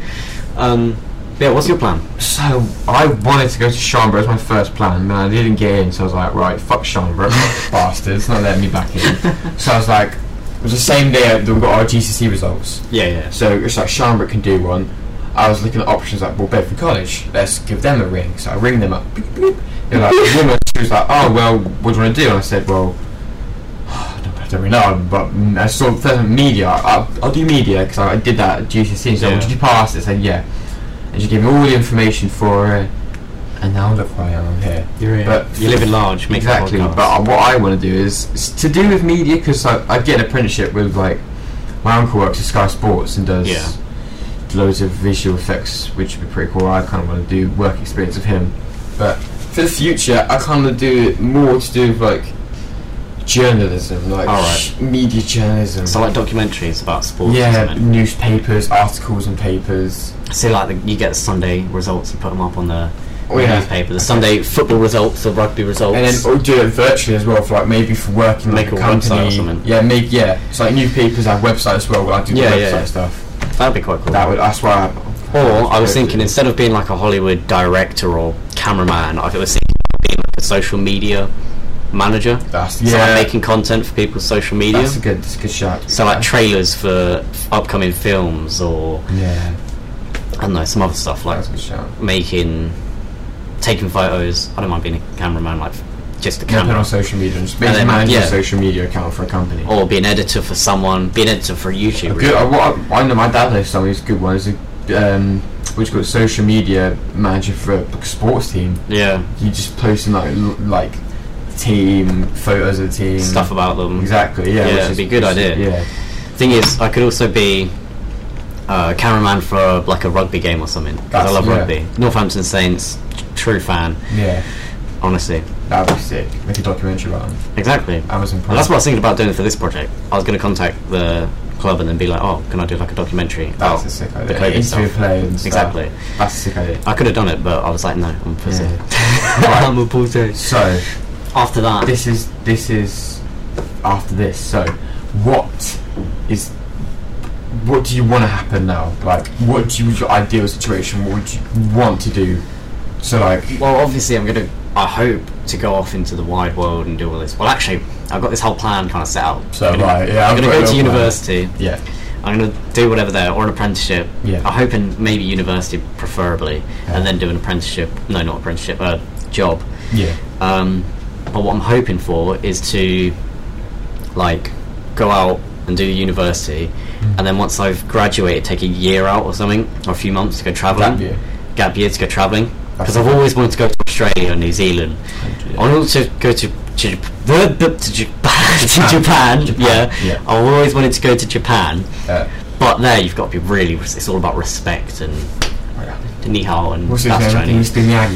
[SPEAKER 2] Um, yeah, what's your plan?
[SPEAKER 1] So I wanted to go to Schaumburg as my first plan, and I didn't get in. So I was like, right, fuck Schaumburg, bastards, not letting me back in. So I was like, it was the same day that we got our GCC results.
[SPEAKER 2] Yeah, yeah.
[SPEAKER 1] So it's like Shamrock can do one. I was looking at options like, well, Bedford College, let's give them a ring. So I ring them up. Beep, beep. They're like, the woman, she was like, oh, well, what do you want to do? And I said, well, I don't, I don't really know, but mm, I saw first media. I'll, I'll do media because I, I did that at GCSE. E." So
[SPEAKER 2] Yeah.
[SPEAKER 1] did you pass it? I said, yeah. And she gave me all the information for it. And now look where I am, I'm here.
[SPEAKER 2] You're in.
[SPEAKER 1] But-
[SPEAKER 2] you live in large. Make
[SPEAKER 1] Exactly,
[SPEAKER 2] A
[SPEAKER 1] but
[SPEAKER 2] podcast.
[SPEAKER 1] uh, what I want to do is, is to do with media because I, I get an apprenticeship with like my uncle works at Sky Sports and does
[SPEAKER 2] Yeah.
[SPEAKER 1] loads of visual effects, which would be pretty cool. I kind of want to do work experience of him, but for the future, I kind of do it more to do with like journalism, like
[SPEAKER 2] Alright.
[SPEAKER 1] sh- media journalism.
[SPEAKER 2] so like documentaries about sports.
[SPEAKER 1] yeah,
[SPEAKER 2] isn't
[SPEAKER 1] newspapers, articles, and papers.
[SPEAKER 2] it? So like the, you get the Sunday results and put them up on the
[SPEAKER 1] Oh, yeah.
[SPEAKER 2] newspaper. The Sunday football results or rugby results.
[SPEAKER 1] And then or do it virtually as well for like maybe for working like
[SPEAKER 2] Make a website or
[SPEAKER 1] company.
[SPEAKER 2] something.
[SPEAKER 1] Yeah, make yeah. It's like newspapers have websites as well. Where I do
[SPEAKER 2] Yeah,
[SPEAKER 1] the website
[SPEAKER 2] yeah, yeah.
[SPEAKER 1] stuff.
[SPEAKER 2] That'd be quite cool.
[SPEAKER 1] That would that's why. I,
[SPEAKER 2] Or I was thinking instead of being like a Hollywood director or cameraman, I was thinking of being like a social media manager.
[SPEAKER 1] That's
[SPEAKER 2] So
[SPEAKER 1] yeah.
[SPEAKER 2] like making content for people's social media.
[SPEAKER 1] that's a good that's a good shot.
[SPEAKER 2] so like trailers for upcoming films or
[SPEAKER 1] yeah.
[SPEAKER 2] I don't know, some other stuff like
[SPEAKER 1] That's a good shout.
[SPEAKER 2] making, taking photos. I don't mind being a cameraman, like just a
[SPEAKER 1] Campaign
[SPEAKER 2] camera,
[SPEAKER 1] on social media and just
[SPEAKER 2] And
[SPEAKER 1] manage
[SPEAKER 2] then, yeah.
[SPEAKER 1] a social media account for a company.
[SPEAKER 2] or be an editor for someone, be an editor for YouTube.
[SPEAKER 1] A
[SPEAKER 2] really.
[SPEAKER 1] good, uh, what I, I know my dad knows someone who's a good one. He's a um, what you call it, social media manager for a sports team.
[SPEAKER 2] Yeah,
[SPEAKER 1] You just posting like l- like team photos of the team
[SPEAKER 2] stuff about them.
[SPEAKER 1] Exactly. Yeah.
[SPEAKER 2] Yeah,
[SPEAKER 1] which
[SPEAKER 2] it'd
[SPEAKER 1] is-
[SPEAKER 2] be a good
[SPEAKER 1] which is-
[SPEAKER 2] idea. Thing is, I could also be uh, cameraman for like a rugby game or something because I
[SPEAKER 1] That's-
[SPEAKER 2] love
[SPEAKER 1] yeah.
[SPEAKER 2] rugby. Northampton Saints, t- true fan,
[SPEAKER 1] Yeah. Yeah.
[SPEAKER 2] honestly.
[SPEAKER 1] That'd be sick. Make a documentary about 'em.
[SPEAKER 2] Exactly.
[SPEAKER 1] Amazon Prime.
[SPEAKER 2] And that's what I was thinking about doing for this project. I was going to contact the club and then be like, "Oh, can I do like a documentary?"
[SPEAKER 1] That's
[SPEAKER 2] about
[SPEAKER 1] a sick
[SPEAKER 2] The
[SPEAKER 1] idea.
[SPEAKER 2] COVID
[SPEAKER 1] Interview
[SPEAKER 2] stuff.
[SPEAKER 1] play and stuff.
[SPEAKER 2] Exactly.
[SPEAKER 1] That's a sick idea.
[SPEAKER 2] I could have done it, but I was like, "No, I'm a pussy."
[SPEAKER 1] Yeah. Right.
[SPEAKER 2] I'm a pussy.
[SPEAKER 1] So
[SPEAKER 2] After that,
[SPEAKER 1] this is this is after this. So what is what do you want to happen now? Like what do you your ideal situation? What would you want to do? So like
[SPEAKER 2] well, obviously, I'm going to. I hope to go off into the wide world and do all this. Well, actually, I've got this whole plan kind of set out.
[SPEAKER 1] So,
[SPEAKER 2] I'm gonna,
[SPEAKER 1] right, yeah,
[SPEAKER 2] I'm
[SPEAKER 1] I've got it
[SPEAKER 2] going to go
[SPEAKER 1] all
[SPEAKER 2] to
[SPEAKER 1] planned.
[SPEAKER 2] university.
[SPEAKER 1] yeah,
[SPEAKER 2] I'm gonna do whatever there or an apprenticeship.
[SPEAKER 1] Yeah.
[SPEAKER 2] I hope in maybe university preferably,
[SPEAKER 1] Yeah.
[SPEAKER 2] and then do an apprenticeship. No, not apprenticeship. A job.
[SPEAKER 1] yeah,
[SPEAKER 2] Um, but what I'm hoping for is to, like, go out and do university,
[SPEAKER 1] Hmm.
[SPEAKER 2] and then once I've graduated, take a year out or something, or a few months to go traveling.
[SPEAKER 1] Gap year.
[SPEAKER 2] Gap year to go traveling
[SPEAKER 1] That's
[SPEAKER 2] because I've
[SPEAKER 1] cool.
[SPEAKER 2] always wanted to go to Australia and New Zealand. I want to go to to, to, to Japan. to Japan.
[SPEAKER 1] Japan,
[SPEAKER 2] Yeah.
[SPEAKER 1] yeah.
[SPEAKER 2] I've always wanted to go to Japan.
[SPEAKER 1] Uh,
[SPEAKER 2] But there, you've got to be really. It's all about respect and ni hao and
[SPEAKER 1] What's his
[SPEAKER 2] that's
[SPEAKER 1] name?
[SPEAKER 2] Chinese.
[SPEAKER 1] Mr. Miyagi.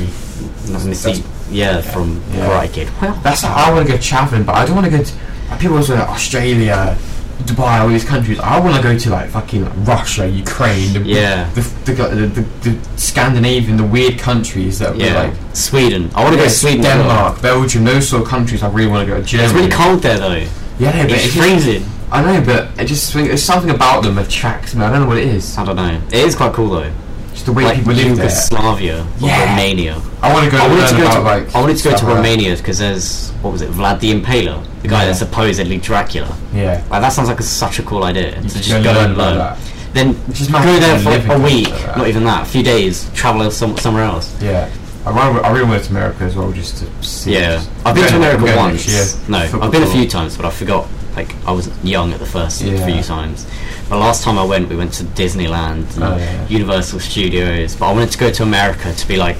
[SPEAKER 2] And it's the-
[SPEAKER 1] That's-
[SPEAKER 2] yeah, from
[SPEAKER 1] yeah.
[SPEAKER 2] Karate Kid. Well,
[SPEAKER 1] That's how I want to go traveling, but I don't want to go. To, like, people always go to Australia, Dubai, all these countries. I want to go to like fucking like, Russia, Ukraine, the,
[SPEAKER 2] Yeah.
[SPEAKER 1] the, the, the, the, the Scandinavian, the weird countries that
[SPEAKER 2] yeah,
[SPEAKER 1] are like.
[SPEAKER 2] Sweden. I want to go
[SPEAKER 1] Yeah,
[SPEAKER 2] to Sweden. as well.
[SPEAKER 1] Denmark, Belgium, those sort of countries. I really want to go to Germany.
[SPEAKER 2] It's really cold there though.
[SPEAKER 1] Yeah, but
[SPEAKER 2] It's
[SPEAKER 1] it's just,
[SPEAKER 2] freezing.
[SPEAKER 1] I know, but it just there's something about them attracts me. I don't know what it is.
[SPEAKER 2] I don't know. It is quite cool though.
[SPEAKER 1] Just the way
[SPEAKER 2] Like
[SPEAKER 1] people live there.
[SPEAKER 2] Yugoslavia or
[SPEAKER 1] Yeah.
[SPEAKER 2] Romania.
[SPEAKER 1] I want to go.
[SPEAKER 2] I wanted
[SPEAKER 1] learn
[SPEAKER 2] to go
[SPEAKER 1] about,
[SPEAKER 2] to
[SPEAKER 1] like,
[SPEAKER 2] I wanted to go
[SPEAKER 1] stuff
[SPEAKER 2] to
[SPEAKER 1] like that.
[SPEAKER 2] Romania because there's what was it, Vlad the Impaler, the guy
[SPEAKER 1] Yeah.
[SPEAKER 2] that's supposedly Dracula.
[SPEAKER 1] Yeah,
[SPEAKER 2] Like that sounds like a, such a cool idea to
[SPEAKER 1] should
[SPEAKER 2] just
[SPEAKER 1] go
[SPEAKER 2] go
[SPEAKER 1] learn
[SPEAKER 2] and
[SPEAKER 1] about
[SPEAKER 2] learn.
[SPEAKER 1] that.
[SPEAKER 2] Then
[SPEAKER 1] Just
[SPEAKER 2] go
[SPEAKER 1] imagine
[SPEAKER 2] there for
[SPEAKER 1] living
[SPEAKER 2] a
[SPEAKER 1] like
[SPEAKER 2] week,
[SPEAKER 1] that.
[SPEAKER 2] not even that, a few days, travel some, somewhere else.
[SPEAKER 1] yeah. I, want, I really want to America as well, just to see.
[SPEAKER 2] Yeah,
[SPEAKER 1] it.
[SPEAKER 2] I've been
[SPEAKER 1] Going-
[SPEAKER 2] to America
[SPEAKER 1] going
[SPEAKER 2] once.
[SPEAKER 1] next year.
[SPEAKER 2] No,
[SPEAKER 1] Football.
[SPEAKER 2] I've been a few times, but I forgot. Like I was young at the first
[SPEAKER 1] Yeah.
[SPEAKER 2] few times. The last time I went, we went to Disneyland, and
[SPEAKER 1] Oh, yeah.
[SPEAKER 2] Universal Studios. But I wanted to go to America to be like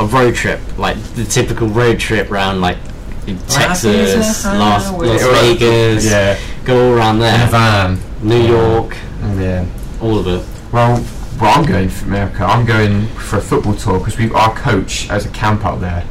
[SPEAKER 2] a road trip, like the typical road trip round like Texas,
[SPEAKER 1] Highway.
[SPEAKER 2] Las, Las
[SPEAKER 1] Or-
[SPEAKER 2] Vegas.
[SPEAKER 1] Yeah.
[SPEAKER 2] go all around
[SPEAKER 1] In a
[SPEAKER 2] there.
[SPEAKER 1] van.
[SPEAKER 2] New York,
[SPEAKER 1] Yeah.
[SPEAKER 2] all of it.
[SPEAKER 1] Well, well, I'm going for America. I'm going for a football tour because we've our coach has a camp out there.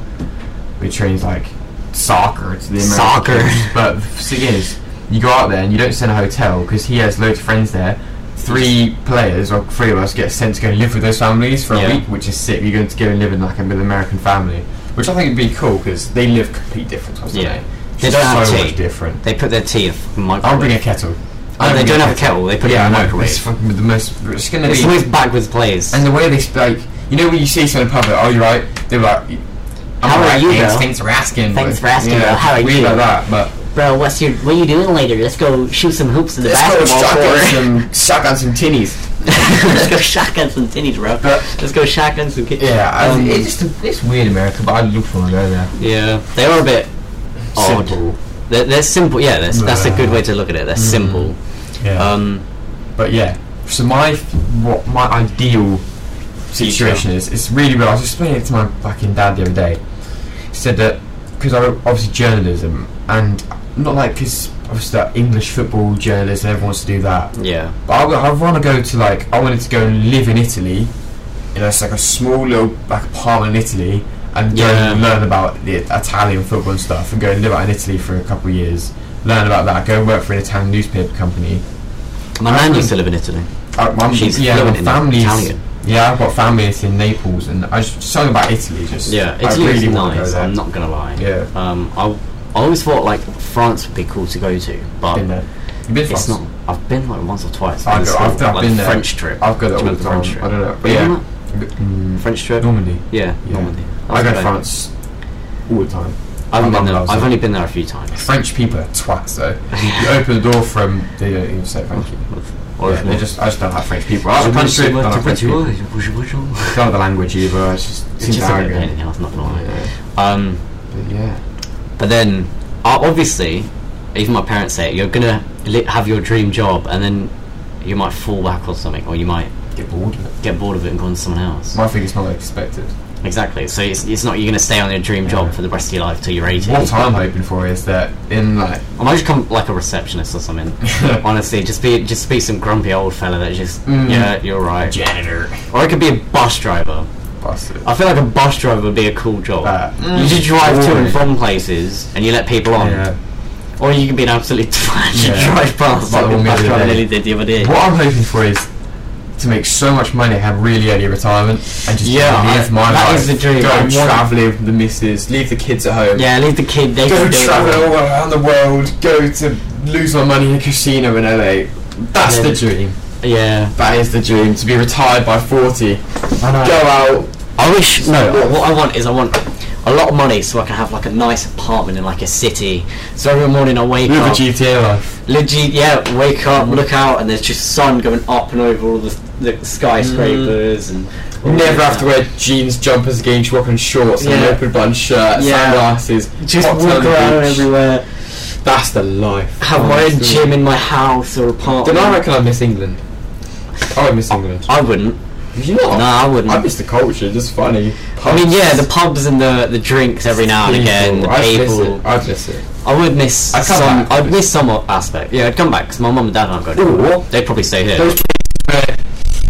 [SPEAKER 1] We trains like soccer to the American
[SPEAKER 2] Soccer.
[SPEAKER 1] kids. But the thing is, you go out there and you don't stay in a hotel because he has loads of friends there. Three players or three of us get sent to go and live with those families for
[SPEAKER 2] Yeah.
[SPEAKER 1] a week, which is sick. You're going to go and live in like an American family, which I think would be cool because they live complete different lives. don't
[SPEAKER 2] Yeah.
[SPEAKER 1] they? It's
[SPEAKER 2] They
[SPEAKER 1] just
[SPEAKER 2] don't have
[SPEAKER 1] so
[SPEAKER 2] tea.
[SPEAKER 1] much different.
[SPEAKER 2] They put their tea in the
[SPEAKER 1] I'll bring
[SPEAKER 2] microwave.
[SPEAKER 1] a kettle.
[SPEAKER 2] Oh,
[SPEAKER 1] I'll
[SPEAKER 2] they
[SPEAKER 1] bring
[SPEAKER 2] don't have a kettle. They put
[SPEAKER 1] yeah,
[SPEAKER 2] it in the
[SPEAKER 1] I know. It's
[SPEAKER 2] microwave.
[SPEAKER 1] fucking the most. It's gonna
[SPEAKER 2] It's
[SPEAKER 1] be
[SPEAKER 2] always backwards plays.
[SPEAKER 1] and the way they sp- like, you know, when you see someone in public, oh, you're right. They're like, I'm
[SPEAKER 2] How are
[SPEAKER 1] alright,
[SPEAKER 2] you,
[SPEAKER 1] Thanks,
[SPEAKER 2] Bill?
[SPEAKER 1] thanks for asking. but-
[SPEAKER 2] Thanks for asking,
[SPEAKER 1] Yeah,
[SPEAKER 2] Bill. How are
[SPEAKER 1] weird
[SPEAKER 2] you?
[SPEAKER 1] Like that, but
[SPEAKER 2] Bro, what's your what are you doing later? Let's go shoot some hoops in the basketball court.
[SPEAKER 1] some shotgun some tinnies.
[SPEAKER 2] Let's go shotgun some tinnies, bro.
[SPEAKER 1] But-
[SPEAKER 2] Let's go shotgun some kids.
[SPEAKER 1] Yeah, I
[SPEAKER 2] Um,
[SPEAKER 1] it's just it's weird America, but I would look for one over there.
[SPEAKER 2] yeah. They are a bit odd.
[SPEAKER 1] Simple. Mm.
[SPEAKER 2] They're, they're simple. Yeah, that's that's a good way to look at it. They're simple.
[SPEAKER 1] Yeah.
[SPEAKER 2] Um,
[SPEAKER 1] Uh, But yeah, so my what my ideal situation is, it's really weird. I was explaining it to my fucking dad the other day. He said that because I obviously journalism and not like because obviously that English football journalism, everyone wants to do that.
[SPEAKER 2] yeah.
[SPEAKER 1] But I, want to go to like I wanted to go and live in Italy, in a, like a small little like apartment in Italy, and go and
[SPEAKER 2] Yeah.
[SPEAKER 1] learn about the Italian football and stuff, and go and live out in Italy for a couple of years, learn about that, go and work for an Italian newspaper company.
[SPEAKER 2] My nan used to live in Italy.
[SPEAKER 1] Uh, my,
[SPEAKER 2] She's
[SPEAKER 1] yeah,
[SPEAKER 2] fluent
[SPEAKER 1] my
[SPEAKER 2] in
[SPEAKER 1] family's
[SPEAKER 2] Italian.
[SPEAKER 1] yeah, I've got families in Naples, and I just something about Italy. Just
[SPEAKER 2] Yeah,
[SPEAKER 1] I
[SPEAKER 2] Italy
[SPEAKER 1] really
[SPEAKER 2] is
[SPEAKER 1] wanna go
[SPEAKER 2] nice.
[SPEAKER 1] there.
[SPEAKER 2] I'm not gonna lie.
[SPEAKER 1] Yeah.
[SPEAKER 2] Um, I, I always thought like France would be cool to go to, but
[SPEAKER 1] been there. You've been
[SPEAKER 2] it's
[SPEAKER 1] France?
[SPEAKER 2] not. I've been like once or twice.
[SPEAKER 1] I
[SPEAKER 2] in
[SPEAKER 1] go,
[SPEAKER 2] school,
[SPEAKER 1] I've, I've
[SPEAKER 2] like
[SPEAKER 1] been
[SPEAKER 2] the
[SPEAKER 1] there.
[SPEAKER 2] French trip.
[SPEAKER 1] I've got it
[SPEAKER 2] Do
[SPEAKER 1] all
[SPEAKER 2] you
[SPEAKER 1] the
[SPEAKER 2] remember
[SPEAKER 1] time.
[SPEAKER 2] French trip.
[SPEAKER 1] I don't know. But
[SPEAKER 2] You
[SPEAKER 1] yeah,
[SPEAKER 2] remember
[SPEAKER 1] Mm,
[SPEAKER 2] that? French trip.
[SPEAKER 1] Normandy.
[SPEAKER 2] Yeah,
[SPEAKER 1] Yeah.
[SPEAKER 2] Normandy. That
[SPEAKER 1] I
[SPEAKER 2] was
[SPEAKER 1] go
[SPEAKER 2] great.
[SPEAKER 1] France all the time.
[SPEAKER 2] I haven't
[SPEAKER 1] My
[SPEAKER 2] been
[SPEAKER 1] mum
[SPEAKER 2] there.
[SPEAKER 1] loves
[SPEAKER 2] I've
[SPEAKER 1] it.
[SPEAKER 2] only been there a few times.
[SPEAKER 1] uh, French people are twats though. you open the door from they don't even say thank you.
[SPEAKER 2] Or
[SPEAKER 1] Yeah,
[SPEAKER 2] if
[SPEAKER 1] they
[SPEAKER 2] not-
[SPEAKER 1] just I just don't like French people. I like country, I don't like French people. Don't like the language either. It's just
[SPEAKER 2] It's
[SPEAKER 1] seems
[SPEAKER 2] just a bit of
[SPEAKER 1] arrogant.
[SPEAKER 2] anything else, not gonna lie.
[SPEAKER 1] Yeah.
[SPEAKER 2] Um,
[SPEAKER 1] But yeah,
[SPEAKER 2] but then, uh, obviously, even my parents say it, you're gonna li- have your dream job, and then you might fall back or something, or you might
[SPEAKER 1] get bored of it.
[SPEAKER 2] get bored of it and go on to someone else.
[SPEAKER 1] My thing is not like expected.
[SPEAKER 2] Exactly. So it's, it's not you're gonna stay on your dream job for the rest of your life till you're 18.
[SPEAKER 1] What I'm hoping for is that in like
[SPEAKER 2] I might just come like a receptionist or something. Honestly, just be just be some grumpy old fella that just
[SPEAKER 1] Mm.
[SPEAKER 2] yeah, you're right.
[SPEAKER 1] janitor,
[SPEAKER 2] Or it could be a bus driver.
[SPEAKER 1] bastard.
[SPEAKER 2] I feel like a bus driver would be a cool job.
[SPEAKER 1] Uh,
[SPEAKER 2] you just drive to
[SPEAKER 1] boring.
[SPEAKER 2] and from places and you let people on.
[SPEAKER 1] Oh, Yeah.
[SPEAKER 2] Or you can be an absolute twat and
[SPEAKER 1] Yeah.
[SPEAKER 2] drive past
[SPEAKER 1] Like
[SPEAKER 2] like a
[SPEAKER 1] the
[SPEAKER 2] bus
[SPEAKER 1] middle
[SPEAKER 2] driver
[SPEAKER 1] day.
[SPEAKER 2] nearly did the other day.
[SPEAKER 1] What I'm hoping for is to make so much money, have really early retirement, and just
[SPEAKER 2] Yeah,
[SPEAKER 1] leave
[SPEAKER 2] I-
[SPEAKER 1] my
[SPEAKER 2] that
[SPEAKER 1] life.
[SPEAKER 2] is the dream.
[SPEAKER 1] Go
[SPEAKER 2] I want-
[SPEAKER 1] travelling with the missus, leave the kids at home.
[SPEAKER 2] Yeah, leave the kid. They
[SPEAKER 1] Go
[SPEAKER 2] can do it.
[SPEAKER 1] travel all around the world. Go to lose my money in a casino in LA. That's
[SPEAKER 2] Yeah.
[SPEAKER 1] the dream.
[SPEAKER 2] Yeah.
[SPEAKER 1] That is the dream to be retired by 40.
[SPEAKER 2] I know.
[SPEAKER 1] Go out.
[SPEAKER 2] I wish no. What I want is I want a lot of money so I can have like a nice apartment in like a city. So every morning I wake
[SPEAKER 1] Live a
[SPEAKER 2] up.
[SPEAKER 1] GTA life.
[SPEAKER 2] Legit, yeah. Wake up, look out, and there's just sun going up and over all the, the
[SPEAKER 1] Mm.
[SPEAKER 2] skyscrapers, and all
[SPEAKER 1] Never
[SPEAKER 2] that.
[SPEAKER 1] have to wear jeans, jumpers again, just walk in shorts and
[SPEAKER 2] Yeah.
[SPEAKER 1] an open button shirt,
[SPEAKER 2] Yeah.
[SPEAKER 1] sunglasses.
[SPEAKER 2] Just
[SPEAKER 1] cocktail on
[SPEAKER 2] walk
[SPEAKER 1] the
[SPEAKER 2] around
[SPEAKER 1] beach.
[SPEAKER 2] everywhere.
[SPEAKER 1] That's the life.
[SPEAKER 2] Have my own gym in my house or apartment.
[SPEAKER 1] Then I reckon I'd miss England. I would miss England.
[SPEAKER 2] I wouldn't.
[SPEAKER 1] You know,
[SPEAKER 2] No, I wouldn't.
[SPEAKER 1] I miss the culture. Just funny.
[SPEAKER 2] I mean, yeah, the pubs and the, the drinks every now and again, the
[SPEAKER 1] I'd miss
[SPEAKER 2] people.
[SPEAKER 1] it. I'd miss it.
[SPEAKER 2] I would miss
[SPEAKER 1] I'd come
[SPEAKER 2] some.
[SPEAKER 1] back.
[SPEAKER 2] I'd miss some aspect. Yeah, I'd come back because my mum and dad aren't going.
[SPEAKER 1] Or-
[SPEAKER 2] They'd probably stay here.
[SPEAKER 1] Those places where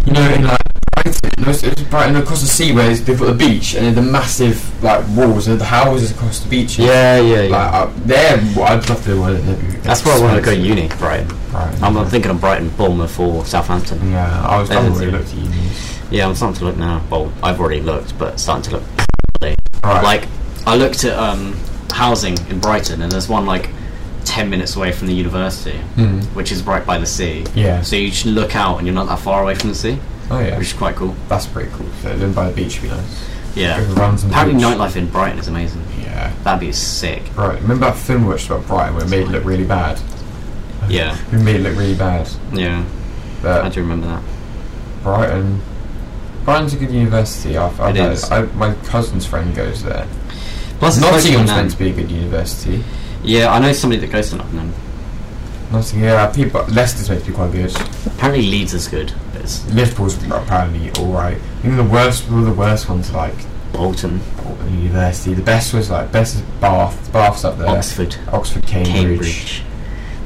[SPEAKER 1] you know, in like Brighton, no, it's- it's Brighton across the sea, where they've got the beach and then the massive like walls and the houses across the beach.
[SPEAKER 2] yeah, yeah, yeah.
[SPEAKER 1] Like up there, well, I'd love to do one. of them.
[SPEAKER 2] That's where I want to go. Uni, Brighton.
[SPEAKER 1] Brighton.
[SPEAKER 2] I'm, I'm thinking of Brighton, Bournemouth, or Southampton.
[SPEAKER 1] yeah, I was.
[SPEAKER 2] There's
[SPEAKER 1] I've already
[SPEAKER 2] it.
[SPEAKER 1] looked at you.
[SPEAKER 2] Yeah, I'm starting to look now. Well, I've already looked, but starting to look.
[SPEAKER 1] Right.
[SPEAKER 2] Like, I looked at um, housing in Brighton, and there's one like ten minutes away from the university,
[SPEAKER 1] Hmm.
[SPEAKER 2] which is right by the sea.
[SPEAKER 1] Yeah.
[SPEAKER 2] So you just look out, and you're not that far away from the sea,
[SPEAKER 1] Oh yeah,
[SPEAKER 2] which is quite cool.
[SPEAKER 1] that's pretty cool. So living by the beach would be nice.
[SPEAKER 2] Yeah.
[SPEAKER 1] Go around some
[SPEAKER 2] Apparently,
[SPEAKER 1] beach.
[SPEAKER 2] nightlife in Brighton is amazing.
[SPEAKER 1] Yeah.
[SPEAKER 2] That'd be sick.
[SPEAKER 1] Right. Remember that film we watched about Brighton where it made it look really bad.
[SPEAKER 2] Yeah.
[SPEAKER 1] We made it look really bad.
[SPEAKER 2] Yeah.
[SPEAKER 1] But
[SPEAKER 2] I do remember that.
[SPEAKER 1] Brighton. Brighton's a good university. I've, I've
[SPEAKER 2] It
[SPEAKER 1] heard-
[SPEAKER 2] is.
[SPEAKER 1] I, my cousin's friend goes there.
[SPEAKER 2] Plus, it's
[SPEAKER 1] Nottingham's
[SPEAKER 2] Nottingham.
[SPEAKER 1] meant to be a good university.
[SPEAKER 2] Yeah, I know somebody that goes to Nottingham.
[SPEAKER 1] Nottingham, yeah, people. Leicester's meant to be quite good.
[SPEAKER 2] Apparently, Leeds is good, but it's
[SPEAKER 1] Liverpool's apparently all right. I think the worst, one of the worst ones like
[SPEAKER 2] Bolton,
[SPEAKER 1] Bolton University. The best was like best is Bath. Bath's up there.
[SPEAKER 2] Oxford,
[SPEAKER 1] Oxford, Cambridge.
[SPEAKER 2] Cambridge.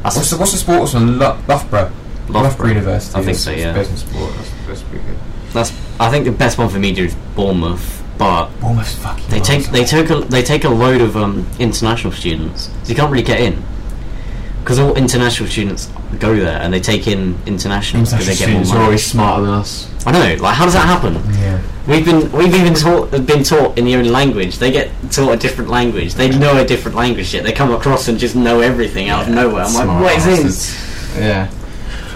[SPEAKER 2] That's
[SPEAKER 1] What's the, what's the sports one? Lu- Loughborough.
[SPEAKER 2] Loughborough.
[SPEAKER 1] University.
[SPEAKER 2] I think
[SPEAKER 1] is-
[SPEAKER 2] so,
[SPEAKER 1] is
[SPEAKER 2] yeah.
[SPEAKER 1] Best in sport. That's, that's pretty good.
[SPEAKER 2] that's. I think the best one for me is Bournemouth, but
[SPEAKER 1] Bournemouth's fucking.
[SPEAKER 2] they take
[SPEAKER 1] awesome.
[SPEAKER 2] they took a, they take a load of um, international students. So you can't really get in because all international students go there and they take in international because they
[SPEAKER 1] International
[SPEAKER 2] get more
[SPEAKER 1] students are
[SPEAKER 2] money.
[SPEAKER 1] always smarter than us.
[SPEAKER 2] I know. Like, how does that happen?
[SPEAKER 1] Yeah.
[SPEAKER 2] We've been we've even taught been taught in the own language. They get taught a different language. They know a different language yet. They come across and just know everything out of nowhere. I'm like, what is this?
[SPEAKER 1] Yeah.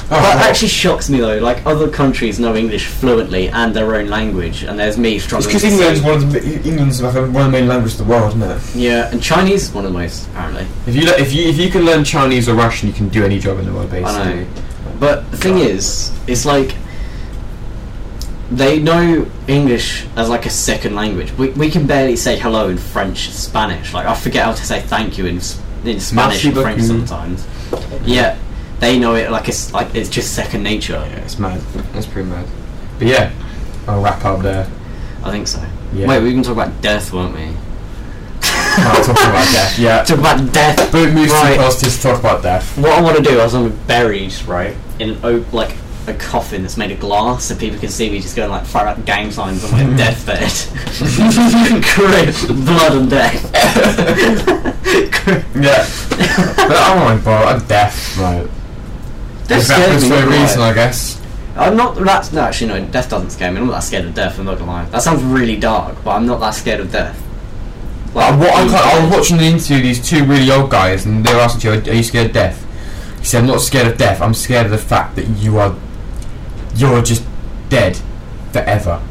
[SPEAKER 1] Oh,
[SPEAKER 2] That actually shocks me though. Like other countries know English fluently and their own language, and there's me
[SPEAKER 1] it's
[SPEAKER 2] struggling.
[SPEAKER 1] because
[SPEAKER 2] to
[SPEAKER 1] England's
[SPEAKER 2] see-
[SPEAKER 1] one of the England's like one of the main languages of the world, isn't it?
[SPEAKER 2] Yeah, and Chinese is one of the most apparently.
[SPEAKER 1] If you le- if you if you can learn Chinese or Russian, you can do any job in the world,
[SPEAKER 2] I
[SPEAKER 1] basically.
[SPEAKER 2] know. But the thing is, it's like they know English as like a second language. We, we can barely say hello in French, Spanish. Like I forget how to say thank you in s- in Spanish and
[SPEAKER 1] Merci
[SPEAKER 2] French
[SPEAKER 1] beaucoup.
[SPEAKER 2] sometimes. Yeah, they know it like it's like it's just second nature.
[SPEAKER 1] Yeah, it's mad. That's pretty mad. But yeah, I'll wrap up there.
[SPEAKER 2] I think so.
[SPEAKER 1] Yeah.
[SPEAKER 2] Wait, we can talk about death, won't we?
[SPEAKER 1] Can't talk about death. Yeah.
[SPEAKER 2] Talk about death.
[SPEAKER 1] But it moves
[SPEAKER 2] Right.
[SPEAKER 1] too fast to talk about death.
[SPEAKER 2] What I want to do is I'm buried, right, in an o- like a coffin that's made of glass, so people can see me just going like fire up gang signs on my deathbed. Great blood and death.
[SPEAKER 1] Yeah. but I won't bother. I'm deaf. Right.
[SPEAKER 2] Death
[SPEAKER 1] If that
[SPEAKER 2] scares
[SPEAKER 1] was
[SPEAKER 2] me.
[SPEAKER 1] for a
[SPEAKER 2] right.
[SPEAKER 1] reason, I guess.
[SPEAKER 2] I'm not that's no actually no, death doesn't scare me. I'm not that scared of death. I'm not gonna lie. That sounds really dark, but I'm not that scared of death.
[SPEAKER 1] But I, wa- Uh, I,
[SPEAKER 2] I'm
[SPEAKER 1] can't- I
[SPEAKER 2] scared.
[SPEAKER 1] was watching an interview with these two really old guys, and they were asking each other, "Are you scared of death?" He said, "I'm not scared of death. I'm scared of the fact that you are, you're just dead forever."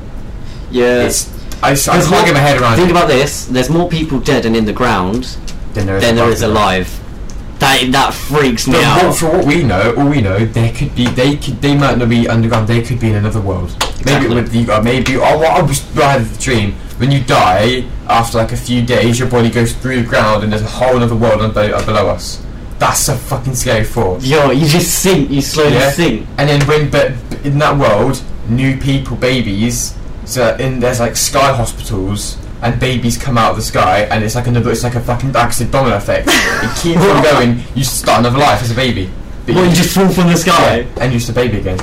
[SPEAKER 2] Yeah.
[SPEAKER 1] It's I, s- I
[SPEAKER 2] There's
[SPEAKER 1] can't
[SPEAKER 2] more-
[SPEAKER 1] get my head around
[SPEAKER 2] Think
[SPEAKER 1] it.
[SPEAKER 2] about this. There's more people dead and in the ground
[SPEAKER 1] Then there
[SPEAKER 2] than there is
[SPEAKER 1] above.
[SPEAKER 2] alive. That that freaks me
[SPEAKER 1] But what,
[SPEAKER 2] out.
[SPEAKER 1] for what we know, all we know, there could be they could they might not be underground. They could be in another world. Maybe
[SPEAKER 2] Exactly.
[SPEAKER 1] with the uh, maybe oh, well, I was I had the dream. When you die after like a few days, your body goes through the ground and there's a whole other world under, uh, below us. That's so fucking scary for.
[SPEAKER 2] Yo, you just sink. You slowly
[SPEAKER 1] Yeah.
[SPEAKER 2] sink.
[SPEAKER 1] And then when but in that world, new people, babies. So in there's like sky hospitals. And babies come out of the sky, and it's like another. It's like a fucking acid domino effect. it keeps on going. You start another life as a baby. But
[SPEAKER 2] Well, you just fall from the sky.
[SPEAKER 1] yeah, and you're just a baby again.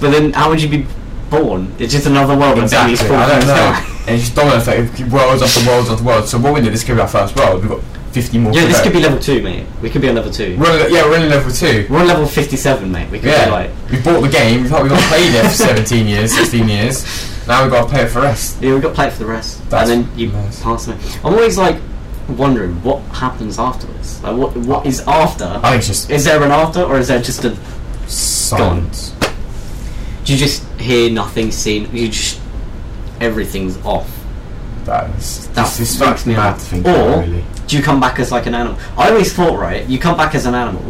[SPEAKER 2] But then, how would you be born? It's just another world. and somebody's
[SPEAKER 1] I
[SPEAKER 2] falling
[SPEAKER 1] don't
[SPEAKER 2] from the sky.
[SPEAKER 1] know. And it's just domino effect, worlds after worlds after worlds. So what we did, this could be our first world. We've got 50 more.
[SPEAKER 2] Yeah,
[SPEAKER 1] to
[SPEAKER 2] this
[SPEAKER 1] go.
[SPEAKER 2] could be level two, mate. We could be on level two.
[SPEAKER 1] We're only, yeah, we're only level two.
[SPEAKER 2] We're on level fifty-seven, mate. We could
[SPEAKER 1] Yeah,
[SPEAKER 2] be like,
[SPEAKER 1] we bought the game. We've not, we've not played it for 17 years, 16 years. Now we've got to play it for rest.
[SPEAKER 2] yeah, we got played for the rest,
[SPEAKER 1] That's
[SPEAKER 2] and then you
[SPEAKER 1] nice.
[SPEAKER 2] pass me. I'm always like wondering what happens afterwards. Like, what what is after?
[SPEAKER 1] I think it's just
[SPEAKER 2] Is there an after, or is there just a?
[SPEAKER 1] silence.
[SPEAKER 2] Do you just hear nothing, see? You just everything's off.
[SPEAKER 1] That's
[SPEAKER 2] That
[SPEAKER 1] this is
[SPEAKER 2] freaks
[SPEAKER 1] fucking
[SPEAKER 2] me
[SPEAKER 1] mad
[SPEAKER 2] out.
[SPEAKER 1] to think
[SPEAKER 2] Or-
[SPEAKER 1] about, really.
[SPEAKER 2] Do you come back as like an animal? I always thought, right, you come back as an animal,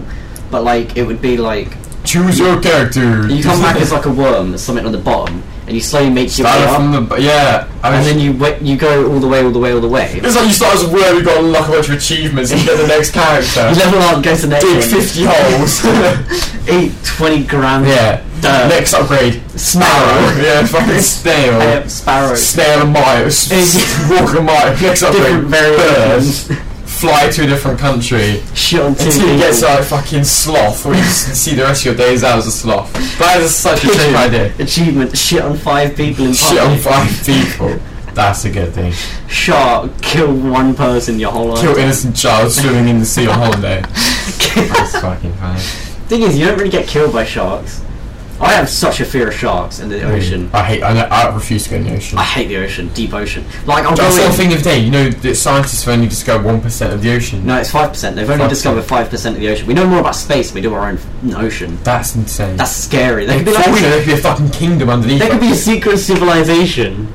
[SPEAKER 2] but like it would be like
[SPEAKER 1] Choose your character.
[SPEAKER 2] you come back as like a worm that's something on the bottom, and you slowly make your way
[SPEAKER 1] Started
[SPEAKER 2] up,
[SPEAKER 1] from the b- yeah, I mean,
[SPEAKER 2] and then you wa you go all the way, all the way, all the way.
[SPEAKER 1] it's like you start as a word. We've got to unlock a bunch of achievements and get the next character.
[SPEAKER 2] You level up, go to the next
[SPEAKER 1] Dig
[SPEAKER 2] one.
[SPEAKER 1] 50 holes.
[SPEAKER 2] Eat 20 grams.
[SPEAKER 1] Yeah.
[SPEAKER 2] Duh.
[SPEAKER 1] Next upgrade.
[SPEAKER 2] Sparrow.
[SPEAKER 1] yeah, fucking snail.
[SPEAKER 2] Uh, sparrow.
[SPEAKER 1] snail and mile. S- s- Walk a mile. Next upgrade.
[SPEAKER 2] Different variations.
[SPEAKER 1] Bird. Fly to a different country.
[SPEAKER 2] Shit on two
[SPEAKER 1] Until you get to
[SPEAKER 2] people.
[SPEAKER 1] like fucking sloth, where you s- see the rest of your days out as a sloth. That is such a cheap idea.
[SPEAKER 2] Achievement. Shit on five people in
[SPEAKER 1] Shit on
[SPEAKER 2] public.
[SPEAKER 1] five people. That's a good thing.
[SPEAKER 2] Shark. Kill one person your whole life.
[SPEAKER 1] Kill innocent child swimming in the sea on holiday. That's fucking funny.
[SPEAKER 2] Thing is, you don't really get killed by sharks. I have such a fear of sharks in
[SPEAKER 1] Mm.
[SPEAKER 2] the ocean.
[SPEAKER 1] I hate. I, I refuse to go in the ocean.
[SPEAKER 2] I hate the ocean. Deep ocean. Like, I'll
[SPEAKER 1] That's
[SPEAKER 2] go
[SPEAKER 1] the
[SPEAKER 2] in.
[SPEAKER 1] thing of the day. You know that scientists have only discovered one percent of the ocean.
[SPEAKER 2] No, it's 5%. They've only
[SPEAKER 1] 5%.
[SPEAKER 2] discovered 5% of the ocean. We know more about space than we do our own f- ocean.
[SPEAKER 1] That's insane.
[SPEAKER 2] That's scary.
[SPEAKER 1] Like,
[SPEAKER 2] They could be
[SPEAKER 1] before we know, there
[SPEAKER 2] like,
[SPEAKER 1] could be a fucking kingdom underneath.
[SPEAKER 2] there could be a secret civilization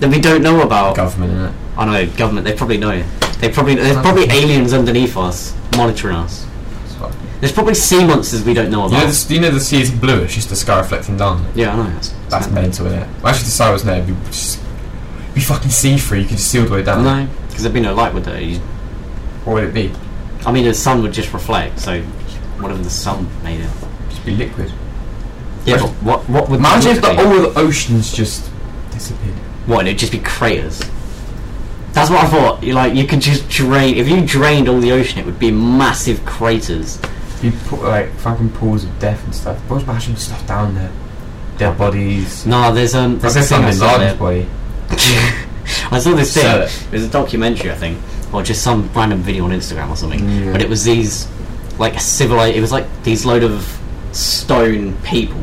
[SPEAKER 2] that we don't know about.
[SPEAKER 1] government in it.
[SPEAKER 2] I know government. They probably know. They probably there's probably aliens underneath us monitoring us. There's probably sea monsters we don't know
[SPEAKER 1] You know,
[SPEAKER 2] about.
[SPEAKER 1] the, you know the sea is blue. It's just the sky reflecting down.
[SPEAKER 2] Yeah, I know. That's,
[SPEAKER 1] That's mental, isn't it? I should decide what's there. It'd Be just be fucking sea free. You could just see all the way down.
[SPEAKER 2] no, because there'd be no light with it. You-
[SPEAKER 1] What would it be?
[SPEAKER 2] I mean, the sun would just reflect. So whatever the sun made it.
[SPEAKER 1] Just be liquid.
[SPEAKER 2] Yeah, but what what would
[SPEAKER 1] Imagine if
[SPEAKER 2] the,
[SPEAKER 1] the,
[SPEAKER 2] be?
[SPEAKER 1] all the oceans just disappeared.
[SPEAKER 2] what it'd just be craters. That's what I thought. You like you could just drain if you drained all the ocean, it would be massive craters.
[SPEAKER 1] Be put like fucking pools of death and stuff. What was mashing stuff down there? Dead bodies.
[SPEAKER 2] No, there's um
[SPEAKER 1] I
[SPEAKER 2] there's a
[SPEAKER 1] guess
[SPEAKER 2] thing I
[SPEAKER 1] something
[SPEAKER 2] saw
[SPEAKER 1] large
[SPEAKER 2] there.
[SPEAKER 1] body.
[SPEAKER 2] I saw this thing.
[SPEAKER 1] Sell
[SPEAKER 2] It.
[SPEAKER 1] it.
[SPEAKER 2] was a documentary, I think, or just some random video on Instagram or something.
[SPEAKER 1] Yeah.
[SPEAKER 2] But it was these like civilized. It was like these load of stone people.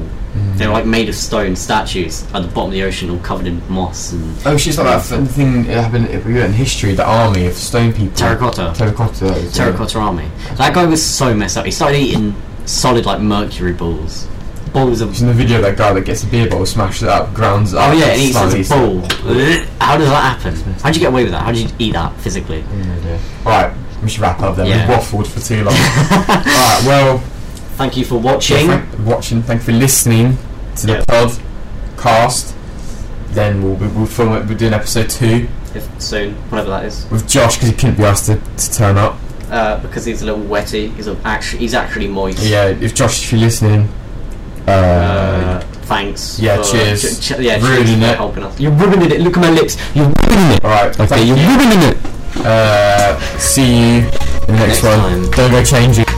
[SPEAKER 2] They were like made of stone statues at the bottom of the ocean, all covered in moss and
[SPEAKER 1] Oh, she's like that fun thing that happened if we were in history, the army of stone people.
[SPEAKER 2] terracotta.
[SPEAKER 1] Terracotta. that was it.
[SPEAKER 2] terracotta army. That guy was so messed up. He started eating solid like mercury balls, balls of.
[SPEAKER 1] She's in the video of that guy that gets a beer bottle, smashes it up, grounds it up.
[SPEAKER 2] Oh yeah, and he eats
[SPEAKER 1] slams
[SPEAKER 2] a
[SPEAKER 1] it.
[SPEAKER 2] ball. How does that happen? How'd you get away with that? How did you eat that physically?
[SPEAKER 1] Mm, yeah. Alright, we should wrap up then.
[SPEAKER 2] Yeah.
[SPEAKER 1] We waffled for too long. Alright, well,
[SPEAKER 2] Thank you for watching.
[SPEAKER 1] thank you for watching, thank you for listening to the
[SPEAKER 2] Yeah.
[SPEAKER 1] pod cast. Then we'll, we'll film it, we'll do an episode two
[SPEAKER 2] If soon, whatever that is.
[SPEAKER 1] with Josh because he couldn't be asked to, to turn up.
[SPEAKER 2] uh, because he's a little wetty. He's a, actually he's actually moist.
[SPEAKER 1] Yeah, if Josh, if you're listening, uh,
[SPEAKER 2] Uh, thanks.
[SPEAKER 1] yeah,
[SPEAKER 2] for-
[SPEAKER 1] cheers.
[SPEAKER 2] Ch- ch- yeah,
[SPEAKER 1] Ruining
[SPEAKER 2] cheers for
[SPEAKER 1] it.
[SPEAKER 2] helping us. You're ruining it. Look at my lips. You're ruining it.
[SPEAKER 1] alright,
[SPEAKER 2] Okay,
[SPEAKER 1] thank
[SPEAKER 2] you're
[SPEAKER 1] you.
[SPEAKER 2] ruining it.
[SPEAKER 1] Uh, see you in the next,
[SPEAKER 2] Next
[SPEAKER 1] one.
[SPEAKER 2] time.
[SPEAKER 1] Don't go changing.